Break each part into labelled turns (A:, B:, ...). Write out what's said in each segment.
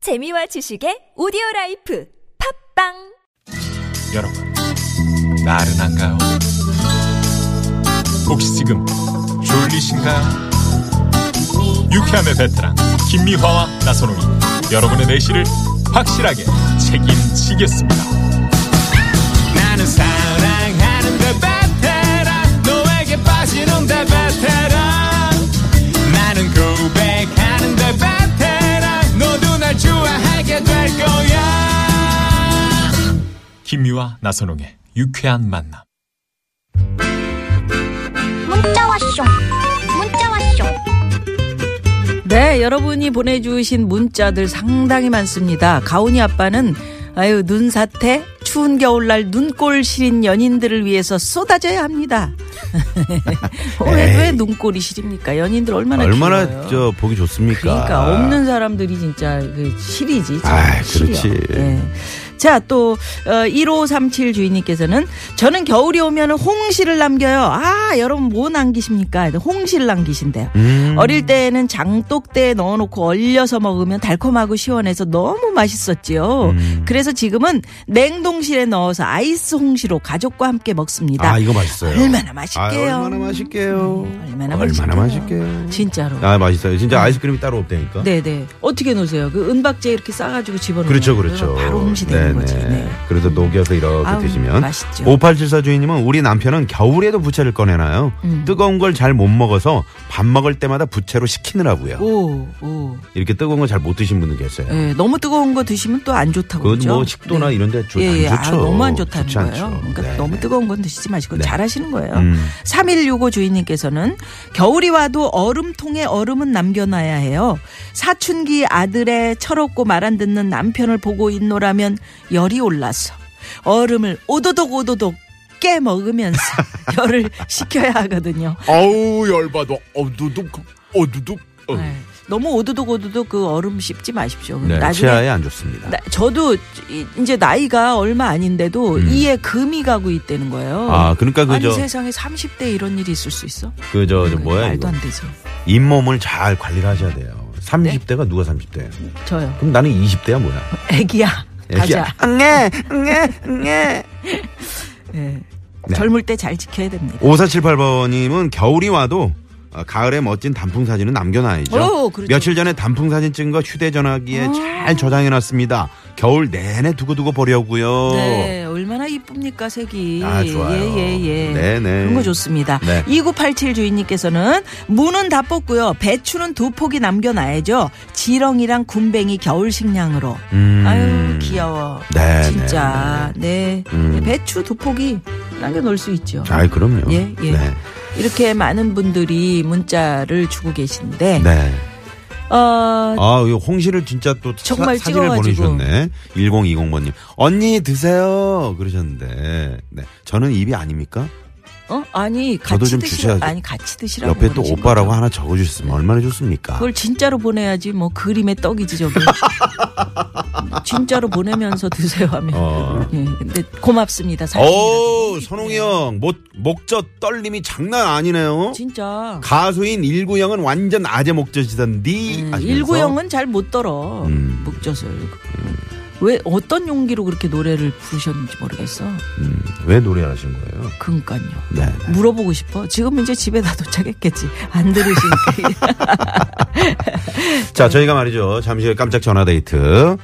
A: 재미와 지식의 오디오 라이프 팝빵
B: 여러분, 나른한가요? 혹시 지금 졸리신가요? 유쾌함의 베테랑 김미화와 나선홍이 여러분의 내실을 확실하게 책임지겠습니다.
C: 나는 사랑하는데 베테랑 너에게 빠지는데 베테랑 나는 고백하는데 베테랑 너도 날 좋아하게 될 거야
B: 김미화 나선홍의 유쾌한 만남.
D: 문자 왔쇼 문자 왔쇼
E: 네, 여러분이 보내주신 문자들 상당히 많습니다. 가온이 아빠는 아유 눈사태 추운 겨울날 눈꼴 시린 연인들을 위해서 쏟아져야 합니다. 왜, 왜 눈꼴이 시립니까? 연인들 얼마나
F: 아, 얼마나
E: 길어요.
F: 저 보기 좋습니까?
E: 네, 그러니까 없는 사람들이 진짜 그 실이지. 진짜
F: 아이,
E: 실이야.
F: 그렇지.
E: 예. 자, 또, 어, 1537 주인님께서는 저는 겨울이 오면 홍시를 남겨요. 아, 여러분 뭐 남기십니까? 홍시를 남기신대요.
F: 음.
E: 어릴 때에는 장독대에 넣어놓고 얼려서 먹으면 달콤하고 시원해서 너무 맛있었지요.
F: 음.
E: 그래서 지금은 냉동실에 넣어서 아이스 홍시로 가족과 함께 먹습니다.
F: 아 이거 맛있어요.
E: 얼마나
F: 아,
E: 맛있게요.
F: 얼마나 맛있게요.
E: 얼마나
F: 얼마나
E: 맛있게요.
F: 맛있게요.
E: 진짜로.
F: 아 맛있어요. 진짜 아이스크림이 따로 없다니까.
E: 네네. 어떻게 놓으세요? 그 은박지에 이렇게 싸가지고 집어넣으면
F: 그러니까. 그렇죠, 그렇죠.
E: 아, 바로 홍시되는
F: 네네.
E: 거지. 네.
F: 그래서 녹여서 이렇게
E: 아우,
F: 드시면.
E: 맛있죠.
F: 5874 주인님은 우리 남편은 겨울에도 부채를 꺼내놔요.
E: 음.
F: 뜨거운 걸 잘 못 먹어서 밥 먹을 때마다 부채로 식히느라고요.
E: 오, 오.
F: 이렇게 뜨거운 거 잘 못 드신 분들 계세요.
E: 예, 너무 뜨거운 거 드시면 또 안 좋다고
F: 그건
E: 그러죠.
F: 뭐 식도나 이런 데
E: 그렇죠.
F: 좀
E: 예,
F: 안
E: 예. 아,
F: 좋죠.
E: 너무 안 좋다는
F: 좋지 않죠.
E: 거예요. 그러니까
F: 네,
E: 너무
F: 네.
E: 뜨거운 건 드시지 마시고
F: 네.
E: 잘하시는 거예요.
F: 음.
E: 3165 주인님께서는 겨울이 와도 얼음통에 얼음은 남겨놔야 해요. 사춘기 아들의 철없고 말 안 듣는 남편을 보고 있노라면 열이 올라서 얼음을 오도독 오도독 깨 먹으면서 열을 식혀야 하거든요.
C: 아우 열받아 어두둑 그, 어두둑
E: 네. 너무 오도독 오도독 그 얼음 씹지 마십시오.
F: 네,
E: 나중에
F: 치아에 안 좋습니다.
E: 나- 저도 이- 이제 나이가 얼마 아닌데도 이에 금이 가고 있다는 거예요.
F: 음. 아, 그러니까 그
E: 아니
F: 저-
E: 세상에 30대 이런 일이 있을 수 있어?
F: 그 저 저 뭐야
E: 음, 말도
F: 이거.
E: 안 되죠.
F: 잇몸을 잘 관리를 하셔야 돼요.
E: 네?
F: 30대가 누가 30대예요?
E: 저요.
F: 그럼 나는 20대야 예, 뭐야?
E: 애기야.
F: 애기야. 아,
E: 가자. 응애, 응애, 응애.
F: 네.
E: 젊을 때 잘 지켜야 됩니다.
F: 5478번님은 겨울이 와도 어, 가을에 멋진 단풍 사진은 남겨놔야죠.
E: 오, 그렇죠. 아.
F: 며칠 전에 단풍 사진 찍은 거 휴대전화기에 잘 저장해놨습니다. 겨울 내내 두고두고 보려고요.
E: 네, 얼마나 이쁩니까 색이.
F: 아, 좋아요.
E: 예, 예, 예.
F: 네네.
E: 그런 거 좋습니다.
F: 네.
E: 2987 주인님께서는 무는 다 뽑고요. 배추는 두 포기 남겨놔야죠. 지렁이랑 군뱅이 겨울 식량으로.
F: 음.
E: 아유 귀여워.
F: 네,
E: 진짜 네.
F: 음.
E: 배추 두 포기 남겨놓을 수 있죠.
F: 아이 그럼요.
E: 예, 예.
F: 네.
E: 이렇게 많은 분들이 문자를 주고 계신데
F: 네.
E: 어
F: 아, 이 홍시를 진짜 또
E: 정말
F: 사, 사진을
E: 찍어가지고.
F: 보내주셨네. 1020번님. 언니 드세요. 그러셨는데. 네. 저는 입이 아닙니까?
E: 어? 아니 같이
F: 저도 좀
E: 드시라
F: 주셔야죠.
E: 아니 같이 드시라고
F: 옆에 또
E: 그러신
F: 오빠라고
E: 거죠. 네.
F: 하나 적어주셨으면 얼마나 좋습니까?
E: 그걸 진짜로 보내야지 뭐 그림의 떡이지 저게 진짜로 보내면서 드세요 하면
F: 어.
E: 예, 근데 고맙습니다 사진
F: 오, 선홍이 형. 목, 목젖 떨림이 장난 아니네요.
E: 진짜
F: 가수인 190은 완전 아재 목젖이던디.
E: 음, 일구형은 잘 못 떨어
F: 음.
E: 목젖을 왜 어떤 용기로 그렇게 노래를 부르셨는지 모르겠어
F: 왜 노래를 하신 거예요?
E: 그니까요
F: 네. 네.
E: 물어보고 싶어 지금 이제 집에 다 도착했겠지 안 들으시니까
F: 자, 저희가 말이죠. 잠시 후에 깜짝 전화데이트.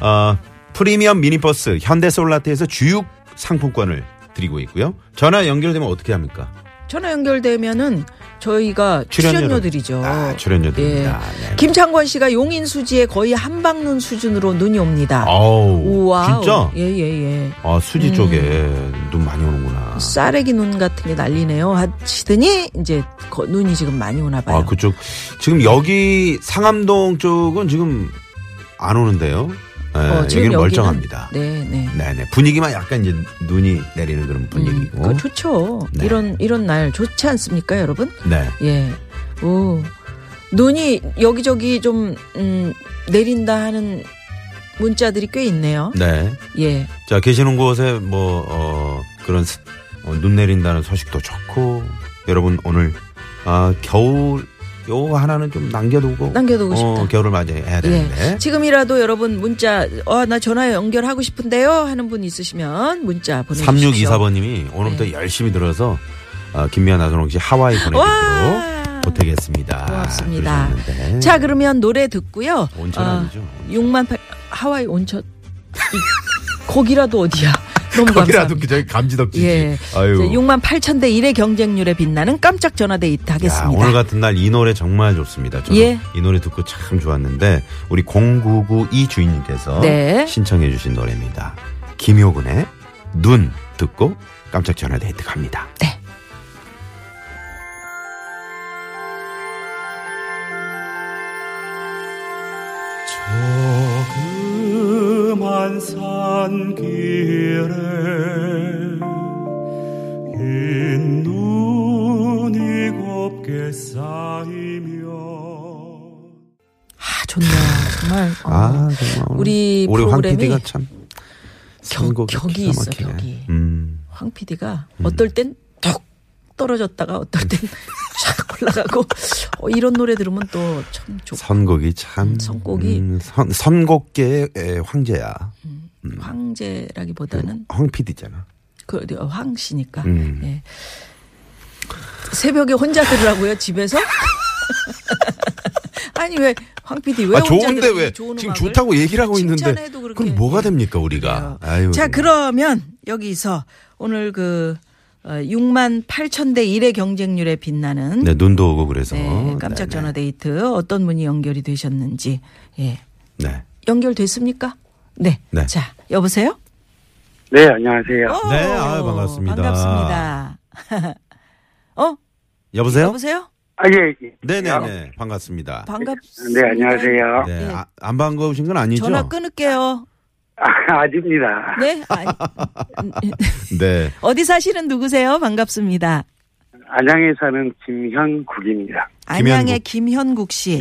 F: 어, 프리미엄 미니버스 현대솔라테에서 주육 상품권을 드리고 있고요. 전화 연결되면 어떻게 합니까?
E: 전화 연결되면은 저희가
F: 출연료를-
E: 출연료들이죠
F: 아, 출연료들입니다.
E: 예.
F: 네.
E: 김창권 씨가 용인 수지에 거의 한방눈 수준으로 눈이 옵니다
F: 아우.
E: 우와 음.
F: 진짜?
E: 예예예
F: 아, 수지 쪽에 눈 많이 오는구나. 아,
E: 싸래기 눈 같은 게 난리네요 하시더니 이제 거- 눈이 지금 많이 오나 봐요
F: 아, 그쪽. 지금 여기 상암동 쪽은 지금 안 오는데요. 네,
E: 어, 지금
F: 여기는
E: 여기는-
F: 멀쩡합니다.
E: 네네
F: 네네. 분위기만 약간 이제 눈이 내리는 그런 분위기고.
E: 음, 그거 좋죠.
F: 네.
E: 이런 이런 날 좋지 않습니까, 여러분?
F: 네.
E: 예. 오. 눈이 여기저기 좀 음, 내린다 하는 문자들이 꽤 있네요.
F: 네.
E: 예.
F: 자, 계시는 곳에 뭐, 어, 그런 스- 어, 눈 내린다는 소식도 좋고, 여러분 오늘, 아, 겨울, 요거 하나는 좀 남겨두고
E: 남겨두고
F: 어,
E: 싶다.
F: 겨울을 맞이해야 되는데.
E: 예. 지금이라도 여러분 문자 아 나 전화 연결하고 싶은데요 하는 분 있으시면 문자 보내주십시오. 네.
F: 3624번님이 오늘부터 열심히 들어서 어, 김미아 나선홍 씨 하와이
E: 와.
F: 보내드리도록 보태겠습니다.
E: 고맙습니다.
F: 그러셨는데.
E: 자 그러면 노래 듣고요.
F: 온천 아니죠?
E: 6만 8 하와이 온천 이- 거기라도 어디야? 너무
F: 거기라도
E: 감사합니다.
F: 그 저기 감지덕지지.
E: 예.
F: 아유.
E: 6만 8천 대 1의 경쟁률에 빛나는 깜짝 전화 데이트
F: 야,
E: 하겠습니다.
F: 오늘 같은 날 이 노래 정말 좋습니다. 저는
E: 예.
F: 이 노래 듣고 참 좋았는데 우리 0992 주인님께서
E: 네.
F: 신청해 주신 노래입니다. 김효근의 눈 듣고 깜짝 전화 데이트 갑니다.
E: 네.
G: 조그만 산길에 흰 눈이 곱게 쌓이며
E: 아 좋네요. 정말 어,
F: 아, 정말 오늘
E: 우리
F: 우리 황
E: 프로그램이
F: PD가 참 선곡이
E: 격- 격이
F: 기가
E: 있어,
F: 막히네.
E: 격이.
F: 음.
E: 황 PD가 어떨 땐 툭 떨어졌다가 어떨 땐 촥 올라가고 어, 이런 노래 들으면 또 참 좋고
F: 선곡이 참
E: 선곡이. 음.
F: 음, 선 선곡계의 에, 황제야.
E: 황제라기보다는
F: 황 PD잖아.
E: 그 어디, 어, 황씨니까
F: 음.
E: 예. 새벽에 혼자 들으라고요 집에서 아니 왜 황 PD 왜
F: 아
E: 혼자
F: 좋은데
E: 들으니
F: 왜
E: 좋은
F: 지금
E: 음악을?
F: 좋다고 얘기를 하고 있는데
E: 칭찬해도 그렇게.
F: 그럼 뭐가 됩니까 우리가? 아유.
E: 자 그러면 여기서 오늘 그 어, 6만 8천 대 1의 경쟁률에 빛나는
F: 네, 눈도 오고 그래서.
E: 네, 깜짝
F: 네네.
E: 전화 데이트 어떤 분이 연결이 되셨는지 예
F: 네.
E: 연결됐습니까? 네.
F: 네.
E: 자 여보세요.
H: 네, 안녕하세요.
E: 오,
F: 네, 아유, 반갑습니다.
E: 반갑습니다. 어
F: 여보세요?
E: 여보세요?
H: 아, 예, 예.
F: 네네네. 반갑습니다.
E: 반갑습니다.
H: 네, 안녕하세요.
F: 네.
E: 예.
F: 아, 안 반가우신 건 아니죠?
E: 전화 끊을게요.
H: 아, 아닙니다.
E: 네. 아니,
F: 네.
E: 어디 사시는 누구세요? 반갑습니다.
H: 안양에 사는 김현국입니다.
E: 안양의 김현국 씨.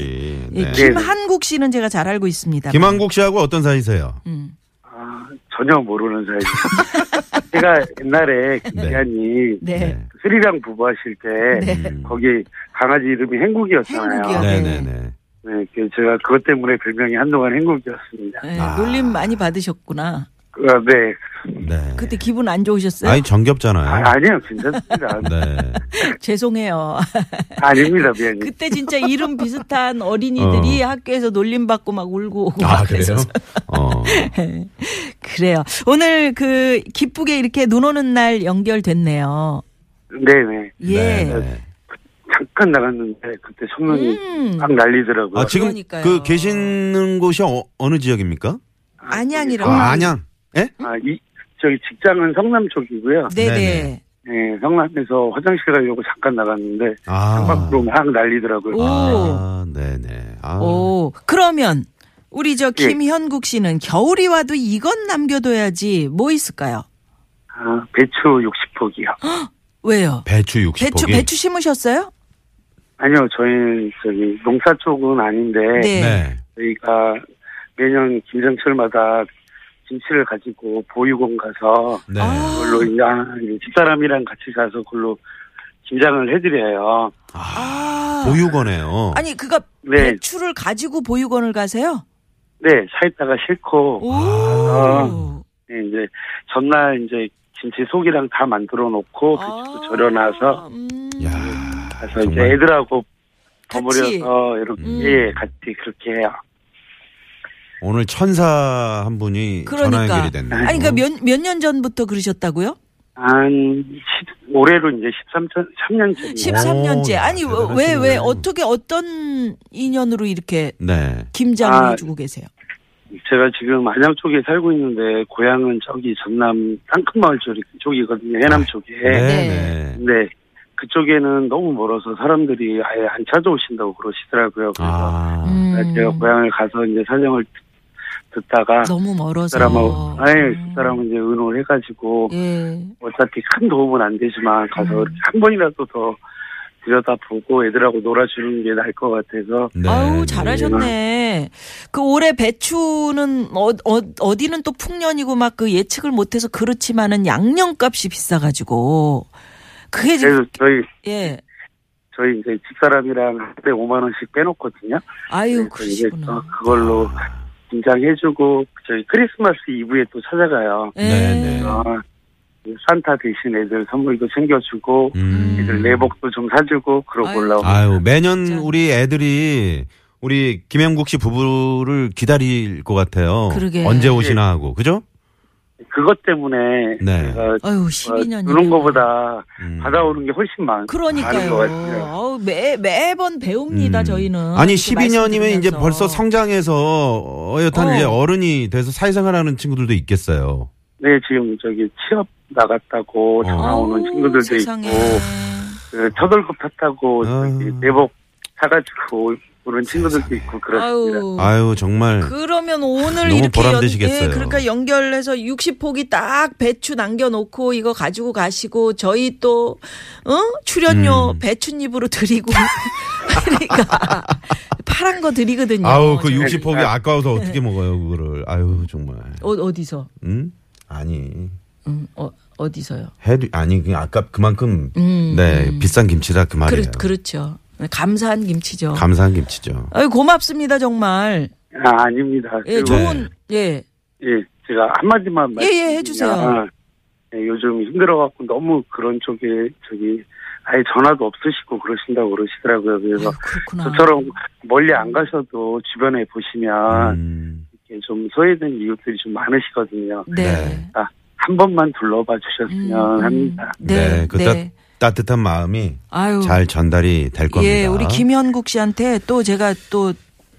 F: 네.
E: 예,
F: 네.
E: 김한국 씨는 제가 잘 알고 있습니다.
F: 김한국 씨하고 어떤 사이세요?
E: 음.
H: 아, 전혀 모르는 사이입니다. 제가 옛날에 김기한이
E: 네.
H: 스리랑 부부 하실 때
E: 네.
H: 거기 강아지 이름이 행국이었잖아요.
E: 행국이요.
H: 네.
E: 네.
F: 네네네.
H: 그 제가 그것 때문에 별명이 한동안 행국이었습니다.
E: 예,
F: 아.
E: 놀림 많이 받으셨구나.
H: 아, 네.
F: 네.
E: 그때 기분 안 좋으셨어요?
F: 아니, 정겹잖아요.
H: 아, 아니요, 괜찮습니다.
F: 네.
E: 죄송해요.
H: 아닙니다, 미안님.
E: 그때 진짜 이름 비슷한 어린이들이 학교에서 놀림 받고 막 울고 오고
B: 아,
F: 아,
E: 막 그래서
F: 어.
E: 그래요. 오늘 그 기쁘게 이렇게 눈 오는 날 연결됐네요. 그
H: 네네.
E: 예.
F: 네네.
H: 잠깐 나갔는데 그때 소문이
E: 음.
H: 막 날리더라고요.
F: 아, 지금
E: 그러니까요.
F: 그 계시는 곳이 어, 어느 지역입니까?
E: 안양이라고.
F: 아, 안양. 예?
H: 아, 이, 저기 직장은 성남 쪽이고요.
E: 네네.
H: 예, 성남에서 화장실 가려고 잠깐 나갔는데,
F: 아.
H: 창밖으로 막 날리더라고요.
F: 아, 네네. 아.
E: 오. 그러면 우리 저 김현국 씨는 겨울이 와도 이건 남겨둬야지 뭐 있을까요?
H: 아, 배추 60포기요.
E: 왜요?
F: 배추 60포기.
E: 배추 배추 심으셨어요?
H: 아니요, 저희는 저기 농사 쪽은 아닌데,
E: 예.
F: 네.
H: 저희가 매년 김장철마다 김치를 가지고 보육원 가서,
F: 네.
E: 아.
H: 그걸로 이제 한 집사람이랑 같이 가서 그걸로 김장을 해드려요.
E: 아.
F: 보육원에요.
E: 아니 그거
H: 네.
E: 배추를 가지고 보육원을 가세요?
H: 네, 사있다가 싫고,
E: 오.
H: 아. 예, 이제 전날 이제 김치 속이랑 다 만들어 놓고, 그
E: 아.
H: 집도 절여놔서,
E: 음.
F: 야.
H: 그래서 이제
F: 정말.
H: 애들하고
E: 같이.
H: 버무려서 이렇게
E: 음.
H: 예, 같이 그렇게 해요.
F: 오늘 천사 한 분이 전화
E: 그러니까.
F: 연결이 됐네요.
E: 아니 그러니까 몇 몇 년 전부터 그러셨다고요?
H: 한 10, 올해로 이제 13년 3년 째
E: 13년째.
F: 오,
E: 아니
F: 야,
E: 왜
F: 대단하시네.
E: 왜 어떻게 어떤 인연으로 이렇게
F: 네.
E: 김장을
H: 아.
E: 해주고 계세요?
H: 제가 지금 안양 쪽에 살고 있는데 고향은 저기 전남 땅끝마을 쪽이- 쪽이거든요. 해남 쪽에.
F: 네.
H: 네.
F: 네.
H: 그쪽에는 너무 멀어서 사람들이 아예 안 찾아오신다고 그러시더라고요. 그래서
F: 아.
E: 음.
H: 제가 고향을 가서 이제 사정을 듣다가
E: 너무 멀어서.
H: 사람하고 아예
E: 음.
H: 사람은 이제 의논을 해가지고
E: 예. 음.
H: 어차피 큰 도움은 안 되지만 가서 이렇게 한 번이라도 더 들여다보고 애들하고 놀아주는 게 나을 것 같아서
F: 네.
E: 아우
F: 네.
E: 잘하셨네. 그 올해 배추는 어, 어 어디는 또 풍년이고 막 그 예측을 못해서 그렇지만은 양념값이 비싸가지고 그게 지금
H: 그래서 저희
E: 예.
H: 저희 이제 집사람이랑 한때 5만 원씩 빼놓거든요.
E: 아유,
H: 그래서 이제
E: 그러시구나. 아.
H: 또 그걸로 긴장해주고 저희 크리스마스 이브에 또 찾아가요.
E: 예.
F: 네네. 음.
H: 아, 산타 대신 애들 선물도 챙겨주고
F: 음.
H: 애들 네 내복도 좀 사주고 그러고
E: 아유.
H: 올라오고
F: 아유, 매년
E: 진짜.
F: 우리 애들이 우리 김영국 씨 부부를 기다릴 것 같아요.
E: 그러게.
F: 언제 오시나 하고. 그죠?
H: 그것 때문에
F: 네.
H: 제가
E: 아유,
H: 어,
E: 12년.
H: 주는 것보다
F: 음.
H: 받아오는 게 훨씬 많, 많은 것
E: 그러니까요.
H: 같아요.
E: 어우, 매, 매번 배웁니다,
F: 음.
E: 저희는.
F: 아니,
E: 이렇게
F: 12년이면 이제
E: 말씀드리면서.
F: 벌써 성장해서 어엿한
E: 어.
F: 이제 어른이 돼서 사회생활하는 친구들도 있겠어요.
H: 네, 지금 저기 취업 나갔다고
F: 어.
H: 전화 오는
E: 아우,
H: 친구들도
E: 세상에.
H: 있고 그 쳐들고 탔다고
F: 아유.
H: 저기 내복 사가지고 오는 친구들도 있고 그렇습니다.
E: 아유.
F: 아유, 정말.
E: 어. 그러니까. 그러면 오늘
F: 너무
E: 이렇게
F: 보람되시겠어요.
E: 예, 그러니까 연결해서 60포기 딱 배추 남겨놓고 이거 가지고 가시고 저희 또 어? 출연료
F: 음.
E: 배추잎으로 드리고 그러니까 파란 거 드리거든요.
F: 아우, 그
E: 저희.
F: 60폭이 아까워서 어떻게 먹어요, 그거를. 아유, 정말.
E: 어, 어디서?
F: 음? 아니.
E: 음, 어, 어디서요?
F: 해도 아니 그냥 아까 그만큼
E: 음.
F: 네 비싼 김치라 그 말이에요.
E: 그렇, 그렇죠. 감사한 김치죠.
F: 감사한 김치죠.
E: 아유, 고맙습니다 정말.
H: 아, 아닙니다.
E: 예,
H: 그리고
E: 좋은 예.
H: 예, 제가 한마디만
E: 예, 예,
H: 말씀드리면
E: 해주세요.
H: 아, 예, 요즘 힘들어갖고 너무 그런 쪽에 저기 아예 전화도 없으시고 그러신다고 그러시더라고요. 그래서
E: 아유, 그렇구나.
H: 저처럼 멀리 안 가셔도 주변에
E: 아,
H: 보시면
F: 음.
H: 이렇게 좀 소외된 이웃들이 좀 많으시거든요.
E: 네.
H: 아, 한 번만 둘러봐 주셨으면
E: 음,
H: 합니다.
F: 네,
E: 네.
F: 그
E: 네.
F: 따, 따뜻한 마음이
E: 아유.
F: 잘 전달이 될 겁니다.
E: 예, 우리 김현국 씨한테 또 제가 또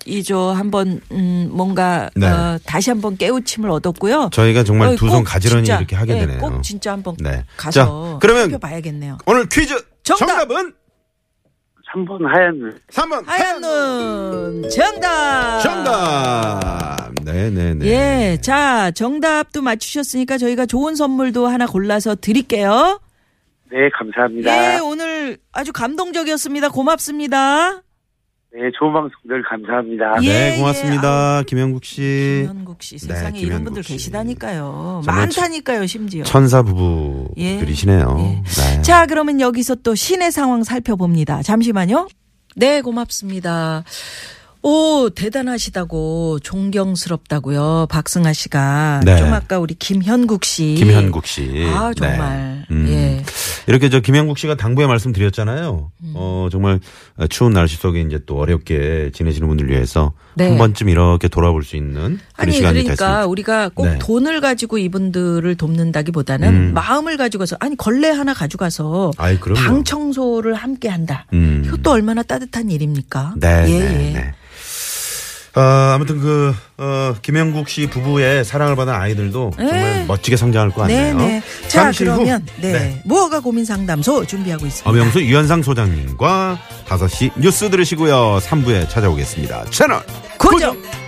E: 이 저 한번 음 뭔가
F: 네.
E: 어, 다시 한번 깨우침을 얻었고요.
F: 저희가 정말
E: 어이,
F: 두
E: 꼭
F: 손 가지런히
E: 진짜,
F: 이렇게 하게
E: 예,
F: 되네요.
E: 꼭 진짜 한번
F: 네.
E: 가서
F: 자, 그러면-
E: 살펴봐야겠네요.
F: 오늘 퀴즈
E: 정답!
F: 정답! 은
H: 3번 하얀 눈.
F: 3번
E: 하얀 눈 정답.
F: 정답. 네네네.
E: 예, 자 정답도 맞추셨으니까 저희가 좋은 선물도 하나 골라서 드릴게요.
H: 네, 감사합니다.
E: 예, 오늘 아주 감동적이었습니다. 고맙습니다.
H: 네, 좋은 방송 늘 감사합니다.
E: 예,
F: 네
E: 예.
F: 김영국 김영국 씨
E: 김현국 씨
F: 네,
E: 세상에 이런
F: 김현국
E: 분들
F: 씨.
E: 계시다니까요.
F: 정말 참-
E: 많다니까요, 심지어.
F: 천사 부부들이시네요.
E: 예.
F: 네.
E: 자, 그러면 여기서 또 시내 상황 살펴봅니다. 잠시만요. 네, 고맙습니다. 오, 대단하시다고 존경스럽다고요. 박승아 씨가
F: 네.
E: 좀 아까 우리 김현국 씨.
F: 김현국 씨.
E: 아,
F: 네.
E: 정말.
F: 음.
E: 예.
F: 이렇게 저 김영국 씨가 당부의 말씀 드렸잖아요.
E: 음.
F: 어, 정말 추운 날씨 속에 이제 또 어렵게 지내시는 분들 위해서
E: 네.
F: 한 번쯤 이렇게 돌아볼 수 있는 그런
E: 아니
F: 시간이
E: 그러니까
F: 됐습니다.
E: 우리가 꼭
F: 네.
E: 돈을 가지고 이분들을 돕는다기보다는 마음을 가지고서 아니 걸레 하나 가져가서
F: 아이, 그럼요.
E: 방 청소를 함께 한다.
F: 음.
E: 이것도 얼마나 따뜻한 일입니까?
F: 네,
E: 예,
F: 네,
E: 예.
F: 네. 아, 아무튼 그, 어, 김영국 씨 부부의 사랑을 받은 아이들도 정말 멋지게 성장할 것
E: 네,
F: 같네요.
E: 네. 자,
F: 잠시 후,
E: 그러면 네. 무허가 고민 상담소 준비하고 있습니다.
F: 엄영수 유현상 소장님과 5시 뉴스 들으시고요. 3부에 찾아오겠습니다. 채널
E: 고정.
F: 고정.